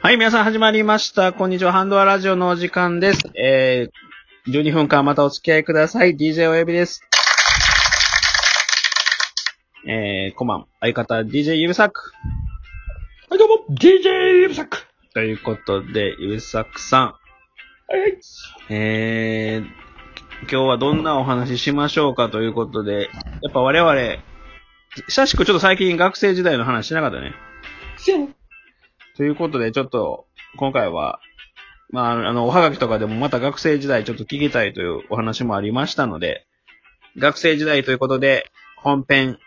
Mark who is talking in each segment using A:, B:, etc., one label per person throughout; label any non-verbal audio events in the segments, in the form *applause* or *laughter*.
A: はい、皆さん始まりました。こんにちは。ハンドアラジオのお時間です。えー、12分間またお付き合いください。DJ 親指です。えー、こんばん。相方 DJ ゆうさく。
B: はい、どうも、DJ リブサック。
A: ということで、ゆうさくさん。
B: はい、はい。
A: えー、今日はどんなお話ししましょうかということで、やっぱ我々、久しくちょっと最近学生時代の話しなかったね。
B: せん。
A: ということで、ちょっと、今回は、まあ、あの、おはがきとかでもまた学生時代ちょっと聞きたいというお話もありましたので、学生時代ということで、本編、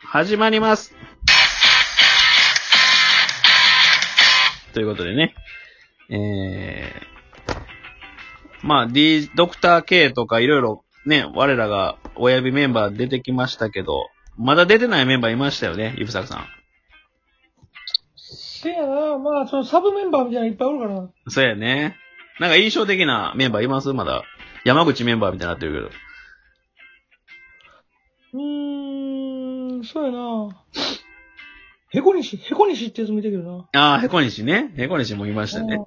A: 始まりますということでね、えー、まあ、D、ドクター K とかいろいろね、我らが親指メンバー出てきましたけど、まだ出てないメンバーいましたよね、ゆぶさくさん。
B: せやな、まあ、そのサブメンバーみたいなのいっぱいおるからな。
A: そうやね。なんか印象的なメンバーいますまだ。山口メンバーみたいになってる
B: うーん、そうやな。へこにし、へこにしってやつ見てるけどな。
A: けど。ああ、へこにしね。へこにしもいましたね。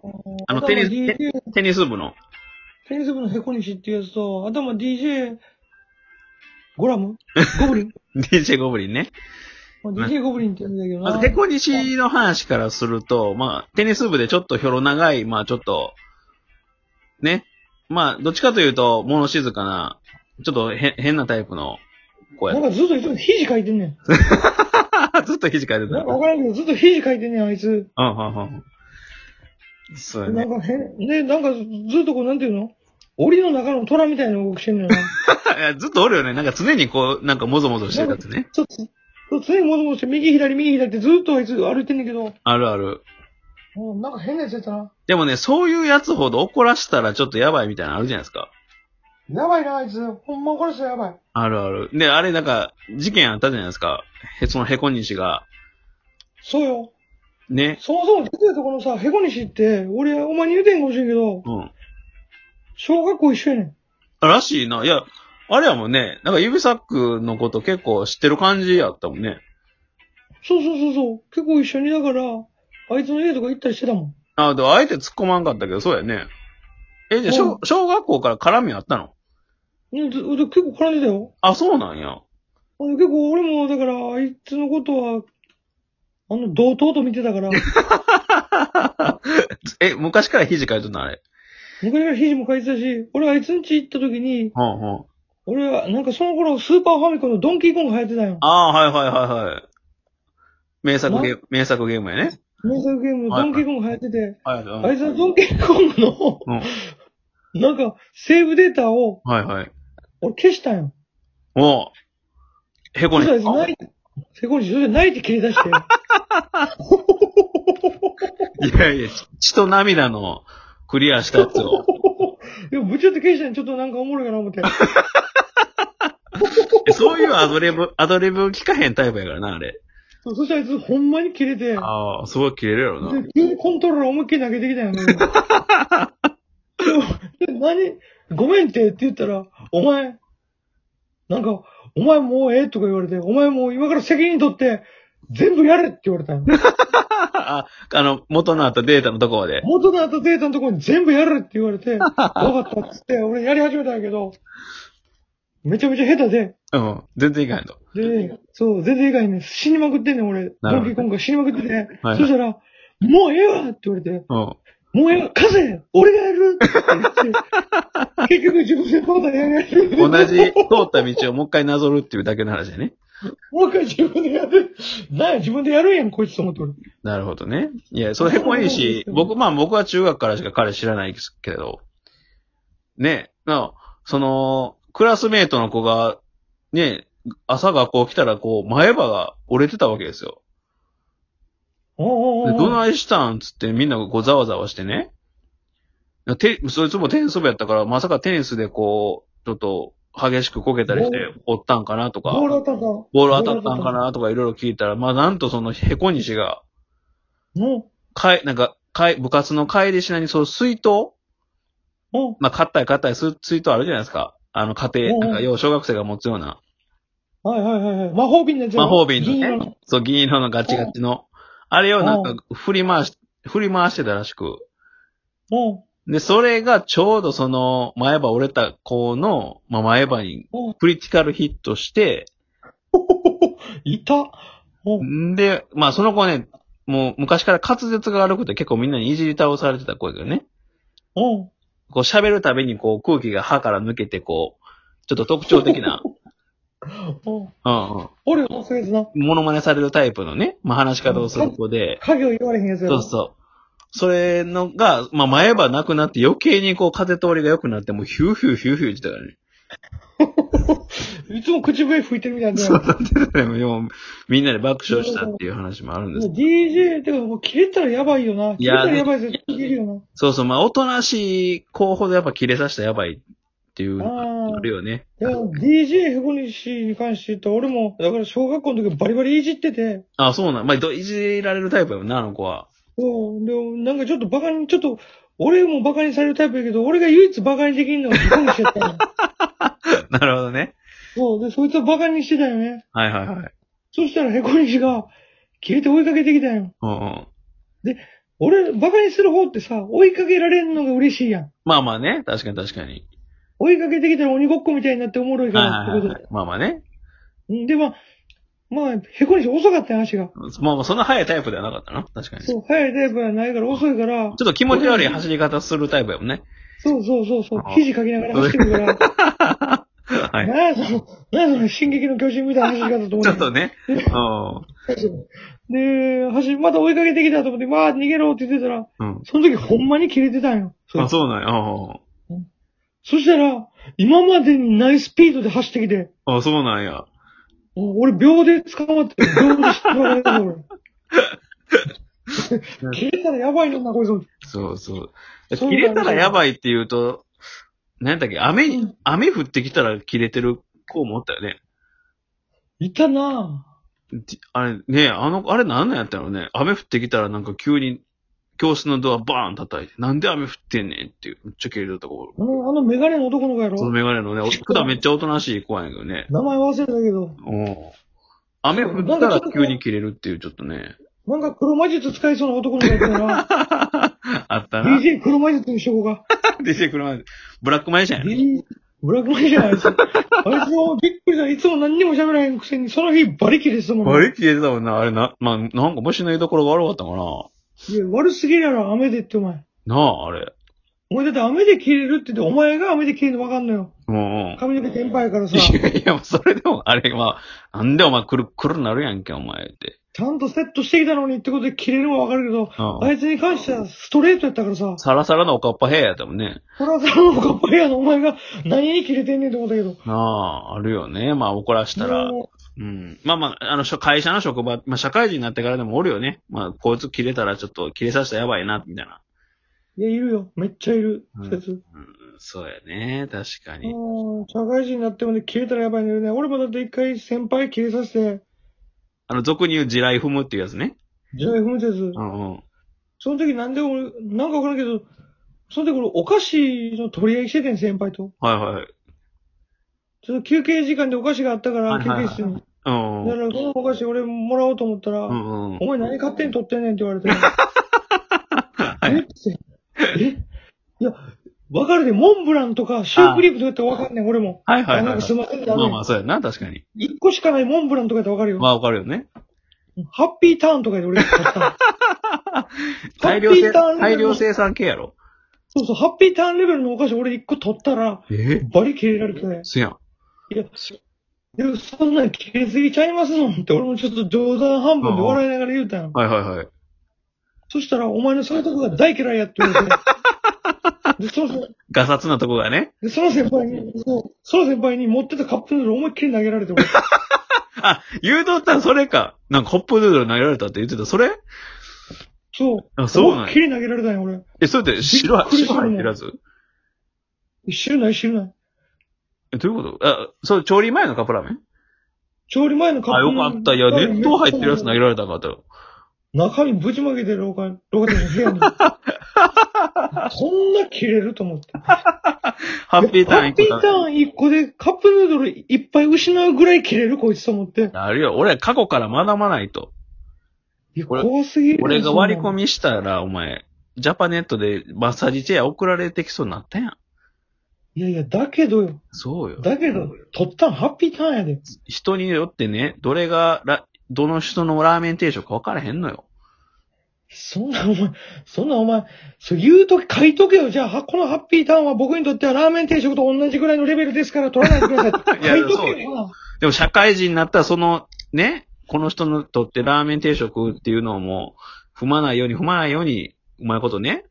A: あのテニス
B: 頭 DJ
A: テニス部の。
B: テニス部のへこにしってやつと、頭 DJ、ゴ
A: *laughs*
B: ラムゴブリン
A: DJ ゴブリンね。
B: まあ ?DJ ゴブリンってやつだけど
A: ま
B: な。
A: ず、へこにしの話からすると、まあ、テニス部でちょっとひょろ長い、まあ、ちょっと、ね。まあ、どっちかというと、物静かな、ちょっとへ変なタイプの子や
B: なん
A: っ
B: かずっといつも肘書いてんねん。
A: た。ずっと肘かいてた。
B: な
A: うんん、
B: かわからんけど、ずっと肘書いてんねん、あいつ。
A: うん、うん。そうやね *laughs*
B: なん。か変、ね、なんかずっとこう、なんていうの檻の中の虎みたいな動きしてんのよな。
A: いやずっとおるよね。なんか常にこう、なんかもぞもぞしてたってね。
B: ちょっと、常にもともとして、右左右左ってずっとあいつ歩いてんねんけど、
A: あるある。
B: もうなんか変なやつやったな。
A: でもね、そういうやつほど怒らしたらちょっとやばいみたいなのあるじゃないですか。
B: やばいな、あいつ。ほんまこれしたらやばい。
A: あるある。で、あれなんか、事件あったじゃないですか。へ、そのヘコニシが。
B: そうよ。
A: ね。
B: そもそも出てるとこのさ、ヘコニシって、俺、お前に言うてんかもしれんけど、
A: うん。
B: 小学校一緒やねん。
A: あらしいな。いや、あれやもんね。なんか指サックのこと結構知ってる感じやったもんね。
B: そうそうそうそう。結構一緒にだから、あいつの家とか行ったりしてたもん。
A: あ、でもあえて突っ込まんかったけど、そうやね。え、じゃあ、
B: うん
A: 小小学校から絡みあったの
B: ね、ずず結構絡んでたよ。
A: あ、そうなんや。 *laughs*
B: あの結構俺も、だから、あいつのことは、あの、同等と見てたから、 *laughs* 昔
A: え、昔から肘かいとんのあれ。
B: から肘も書いてたし、俺あいつん家行った時
A: うんうん。
B: に、俺は、なんかその頃、スーパーファミコンのドンキーコング流行ってたよ。
A: ああ、はいはいはいはい。名作ゲーム、名作ゲームやね。
B: 名作ゲームのドンキーコング流行ってて、
A: はい
B: あ
A: はい
B: つはドンキーコングの、
A: うん
B: なんか、セーブデータを、
A: はいはい。
B: 俺消したんよ。
A: おうへこ
B: そ
A: に
B: し
A: した
B: らあいつ泣いて、セコニシ、それで泣いて切り出し
A: *laughs*
B: て。い
A: いやいや、血と涙のクリアしたやつ *laughs* を。
B: や、ぶちょっと消したんちょっとなんかおもろいかな思って。
A: えそういうアドリブ、アドリブ聞かへんタイプやからな、あれ。
B: そうそしたらあいつ、ほんまに切れて、
A: ああ、すごい切れるやろな。
B: で急にコントローラー思いっきり投げてきたよね。で何ごめんってって言ったら、お前、なんか、お前もうええとか言われて、お前もう今から責任取って、全部やれって言われたよ。
A: *laughs* あ、あの、元のあったデータのとこまで。
B: 元の後データのところに全部やれって言われて、わかったっつって、俺やり始めたんやけど、めちゃめちゃ下手で、
A: うん。全然いかへんと。
B: で、そう、全然以外ね、死にまくってんねん、俺。
A: なるほど
B: ドンキーコングが死にまくってて、
A: はい
B: そしたら、もうええわって言われて、
A: *laughs* うん。
B: もうや、カゼ俺がやる *laughs* って言って、結局自分でまだやるやる。
A: 同じ通った道をもう一回なぞるっていうだけの話やね。
B: もう一回自分でやる。なんや、自分でやるんやん、こいつと思って俺。
A: なるほどね。いや、そのへこいし、僕、まあ僕は中学からしか彼知らないですけれど、ね、なその、クラスメートの子が、ね、朝学校来たらこう、前歯が折れてたわけですよ。
B: おうお
A: で
B: うおう
A: どないしたんつってみんながこうざわざわしてね。て、そいつもテニス部やったから、まさかテニスでこう、ちょっと激しくこけたりして、折ったんかなとか。
B: ボール当たった。ボ
A: ボール当たったんかなとかいろいろ聞いたら、まあなんとそのヘコニシが、
B: うん。
A: かい、なんか、かい、部活の帰りしなにその水筒
B: うん。
A: まあ、買ったり買ったりする水筒あるじゃないですか。あの、家庭、
B: うんうん
A: なんか、要は小学生が持つような、
B: はいはいはいはい。魔法瓶のやつ
A: 魔
B: やろ
A: 法瓶の
B: 銀色
A: ね、そう、銀色のガチガチの。あれをなんか、振り回し振り回してたらしく。
B: お
A: で、それがちょうどその、前歯折れた子の、まあ、前歯に
B: お
A: クリティカルヒットして、
B: いたお
A: んで、まあその子ね、もう昔から滑舌が悪くて結構みんなにいじり倒されてた子やけどね。
B: お
A: こう喋るたびにこう空気が歯から抜けてこう、ちょっと特徴的な、
B: お
A: うんうん。
B: 俺、忘れてな。
A: モノマネされるタイプのね、まあ話し方をする子で、
B: 影を言われへんやつや
A: そう
B: ろ。
A: そう。それのが、まあ前歯なくなって余計にこう風通りが良くなってもうヒューヒューヒューヒュー言ってたからね。
B: いつも口笛吹いてるみたいな。
A: そうなって *laughs* たよ。もうみんなで爆笑したっていう話もあるんですけど
B: DJ ってか、もう切れたらやばいよな。
A: い
B: 切れ
A: や
B: たらやばいですよ。切れるよ
A: そうそう、まあ、おとなしい子ほどやっぱ切れさせたらやばいっていうのがあるよね。
B: な。でも DJ ヘコニシに関して言ったら、俺も、だから小学校の時バリバリいじってて、
A: あそうなん。まあ、どいじられるタイプやもんな、あの子は。 *laughs*
B: そう、でもなんかちょっとバカに、ちょっと、俺もバカにされるタイプやけど、俺が唯一バカにできんのがヘコニシやった
A: *laughs*
B: の。
A: なるほどね。
B: そう、で、そいつはバカにしてたよね。
A: はいはいはい。
B: そしたらヘコニシが、切れて追いかけてきたよ。
A: うんうん。
B: 俺、バカにする方ってさ、追いかけられるのが嬉しいやん。
A: まあまあね、確かに確かに。
B: 追いかけてきたら鬼ごっこみたいになっておもろいか
A: はい
B: ら、って
A: はい
B: こと
A: は
B: で
A: い。まあまあね。
B: うんで、まあ、まあ、へこにし遅かったよ、足が。
A: まあまあ、そんな早いタイプではなかったな。確かに。ちょ
B: そう、速いタイプはないから、遅いから
A: っ、と気持ち悪い走り方するタイプやもん
B: *laughs*
A: ね。
B: そうそうそう、そう
A: あ
B: 肘かきながら走ってるから、
A: はい。
B: なんやその、なんやその、進撃の巨人みたいな走り方と
A: ち
B: 思
A: ょっ
B: っ
A: とね。うん。
B: て。で、走り、また追いかけてきたと思って、わー逃げろって言ってたら、 *laughs*
A: うん。
B: その時ほんまに切れてたんよ。
A: あ、そうなんや。うん
B: そしたら、今までにないスピードで走ってきて、
A: あ、そうなんや。
B: もう俺秒で捕まって、秒で引っ張られたの俺
A: *laughs*
B: 切れたらやばいのな、こいつ。
A: そうそう。
B: そう
A: 切れたらやばいって言うと、なんだっけ、雨に、
B: うん
A: 雨降ってきたら切れてる子もおったよね。
B: いたなぁ。
A: じあれ、ねあの、あれなんなんやったのね。雨降ってきたらなんか急に教室のドアバーン叩いて、なんで雨降ってんねんっていう、めっちゃ切れてた子。
B: あの、あのメガネの男の子やろ
A: そのメガネの
B: *laughs*
A: ね、お普段めっちゃおとなしい子やねんけどね。
B: 名前忘れたけど、
A: うん。雨降ったら急に切れるっていう、ちょっとね。
B: なんか黒魔術使いそうな男の子やっ
A: *laughs*
B: たな。
A: あったな。
B: DJ 黒魔術にしとこうか。
A: DJ 車で。ブラックマジシャンやね
B: DJ ブラックマジじゃない
A: *laughs*
B: です。あいつもびっくりした。いつも何にも喋らへんくせに、その日バリキレしたもん。
A: あれ切れてたもんな。あれな、まあ、なんか虫の居所が悪かったかな。
B: いや、悪すぎるやろ、雨でってお前。
A: なあ、あれ。
B: お前だって雨で切れるって言って、お前が雨で切れるの分かんのよ。
A: うんうん。
B: 髪の毛先輩やからさ、
A: い
B: ち
A: やいや、それでも、あれ、まあ、なんでお前くるくるなるやんけ、お前って。
B: ゃんとセットしてきたのにってことで切れるのは分かるけど、
A: うん
B: あいつに関してはストレートやったからさ、
A: サラサラのおかっぱヘアやったもんね。
B: これはさ、おかっぱやのお前が何に切れてんねんと思ったけど。
A: なあ、あるよね。まあ、怒らしたら。
B: も
A: うん。まあまあ、あの、しょ会社の職場、まあ、社会人になってからでもおるよね。まあ、こいつ切れたらちょっと切れさせたらやばいな、みたいな。
B: ういや、いるよ。めっちゃいる。
A: うん
B: そうやつ
A: うん、そうやね。確かに。
B: うん、社会人になってもね、切れたらやばいんだよね。俺もだって一回先輩切れさせて、
A: あの、俗に言う地雷踏むっていうやつね。
B: 地雷踏むやつ
A: う。んうん。
B: その時なんで俺、なんかわからんけど、その時俺お菓子の取り合いしててん、先輩と。
A: はいはい。
B: ちょっと休憩時間でお菓子があったから、
A: はい
B: 休
A: はいはい
B: 憩室に。
A: うんう
B: だか
A: ん。
B: ら、そのお菓子俺もらおうと思ったら、
A: うんうん。
B: お前何勝手に取ってんねんって言わ
A: *laughs*
B: れて。えってえいや、わかるで、モンブランとかシュークリームとかやってわかんねん、俺も。
A: はいはいは
B: あないんかすいません、
A: ま
B: だ
A: あ
B: ね
A: まあ、そうやな。確かに。
B: 一個しかないモンブランとかやったらわかるよ。
A: まあ、わかるよね。
B: ハッピーターンとかで俺買った。
A: 大量生
B: ハッピーターンレベ
A: 産、
B: ル
A: 大量生産系やろ。
B: そうそう、ハッピーターンレベルのお菓子俺一個取ったら、
A: え
B: バリ切れられてね。
A: すやん。
B: いや、でもそんなん切れすぎちゃいますのんって俺もちょっと冗談半分で笑いながら言うたんよ。
A: はいはいはい。
B: そしたら、お前のそういうとこが大嫌いやって言われて。
A: *laughs*
B: で、その、
A: ガサツなとこがね。
B: でその先輩に、そうその先輩に持ってたカップヌードル思いっきり投げられて、俺。
A: あ、誘導ったらそれか。なんかホップヌードル投げられたって言ってた。それ
B: そう。
A: あ、そうなん
B: 思いっ
A: や
B: き。り投げられたんよ、俺。
A: え、それって白は、
B: びっくりし
A: 白
B: た
A: 入ってるやつ
B: 知るない、知るない。
A: え、どういうことあ、そう、調理前のカップラーメン
B: 調理前のカッ
A: あ、
B: プ
A: よ
B: ヌードル。
A: かった。いや、熱湯入ってるやつ投げられたんかったよ。
B: 中身ぶちまけて廊下、廊下で
A: *laughs*
B: 部屋に。そんな切れると思って。
A: ハッピーターン
B: ハッピ
A: 行
B: ーターン1個でカップヌードルいっぱい失うぐらい切れるこいつと思って。
A: あるよ。俺、過去から学ばないと。
B: いや、
A: 俺
B: 怖すぎる。
A: 俺が割り込
B: み。
A: みしたら、お前、ジャパネットでマッサージチェア送られてきそうになったやん。
B: いやいや、だけどよ。
A: そうよ。
B: だけど、とったんハッピーターンやで。
A: 人によってね、どれがラ、どの人のラーメン定食か分からへんのよ。
B: そんなお前、そんなお前、そう言うとき書いとけよ。じゃあ、はこのハッピーターンは僕にとってはラーメン定食と同じぐらいのレベルですから取らないでくださ
A: *laughs*
B: い。
A: いや
B: 書いとけ
A: そう
B: よ。
A: でも社会人になったら、その、ね、この人にとってラーメン定食っていうのをもう、踏まないように踏まないように、うまいことね。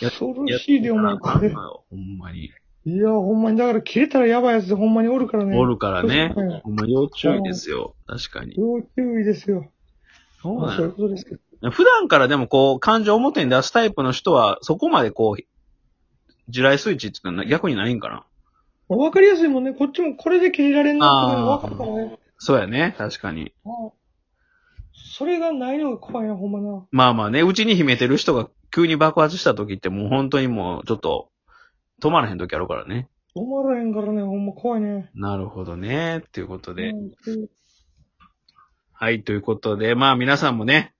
A: や
B: 恐
A: や
B: ろ
A: っ
B: しいで、お
A: な
B: 前、
A: あ
B: こ
A: かん
B: れ。
A: のよほんまに。
B: いや、ほんまに、だから切れたらやばいやつでほんまにおるからね。
A: おるからね
B: そうですね。
A: ほんま要注意ですよ。確かに。
B: 要注意ですよ。
A: そう
B: まあ
A: な
B: そうい
A: の
B: うことですけど。
A: 普段からでもこう、感情表に出すタイプの人は、そこまでこう、地雷スイッチっていうのは逆にないんかな。
B: まあわかりやすいもんね。こっちもこれで切れられんなってことが分かるからね。
A: そうやね。確かに。
B: ああそれがないのが怖いな、ほんまな。
A: まあまあね、うちに秘めてる人が急に爆発した時ってもう本当にもうちょっと、止まらへん時あるからね。
B: 止まらへんからね、ほんま怖いね。
A: なるほどね。ということで。
B: うん
A: はい、ということで、まあ皆さんもね、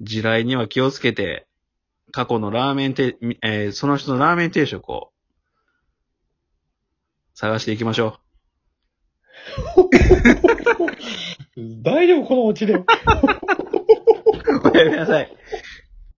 A: 地雷には気をつけて、過去のラーメン定、みえーその人のラーメン定食を、探していきましょ
B: 大丈夫、このオチ
A: *laughs*
B: で。
A: う。おやめなさい。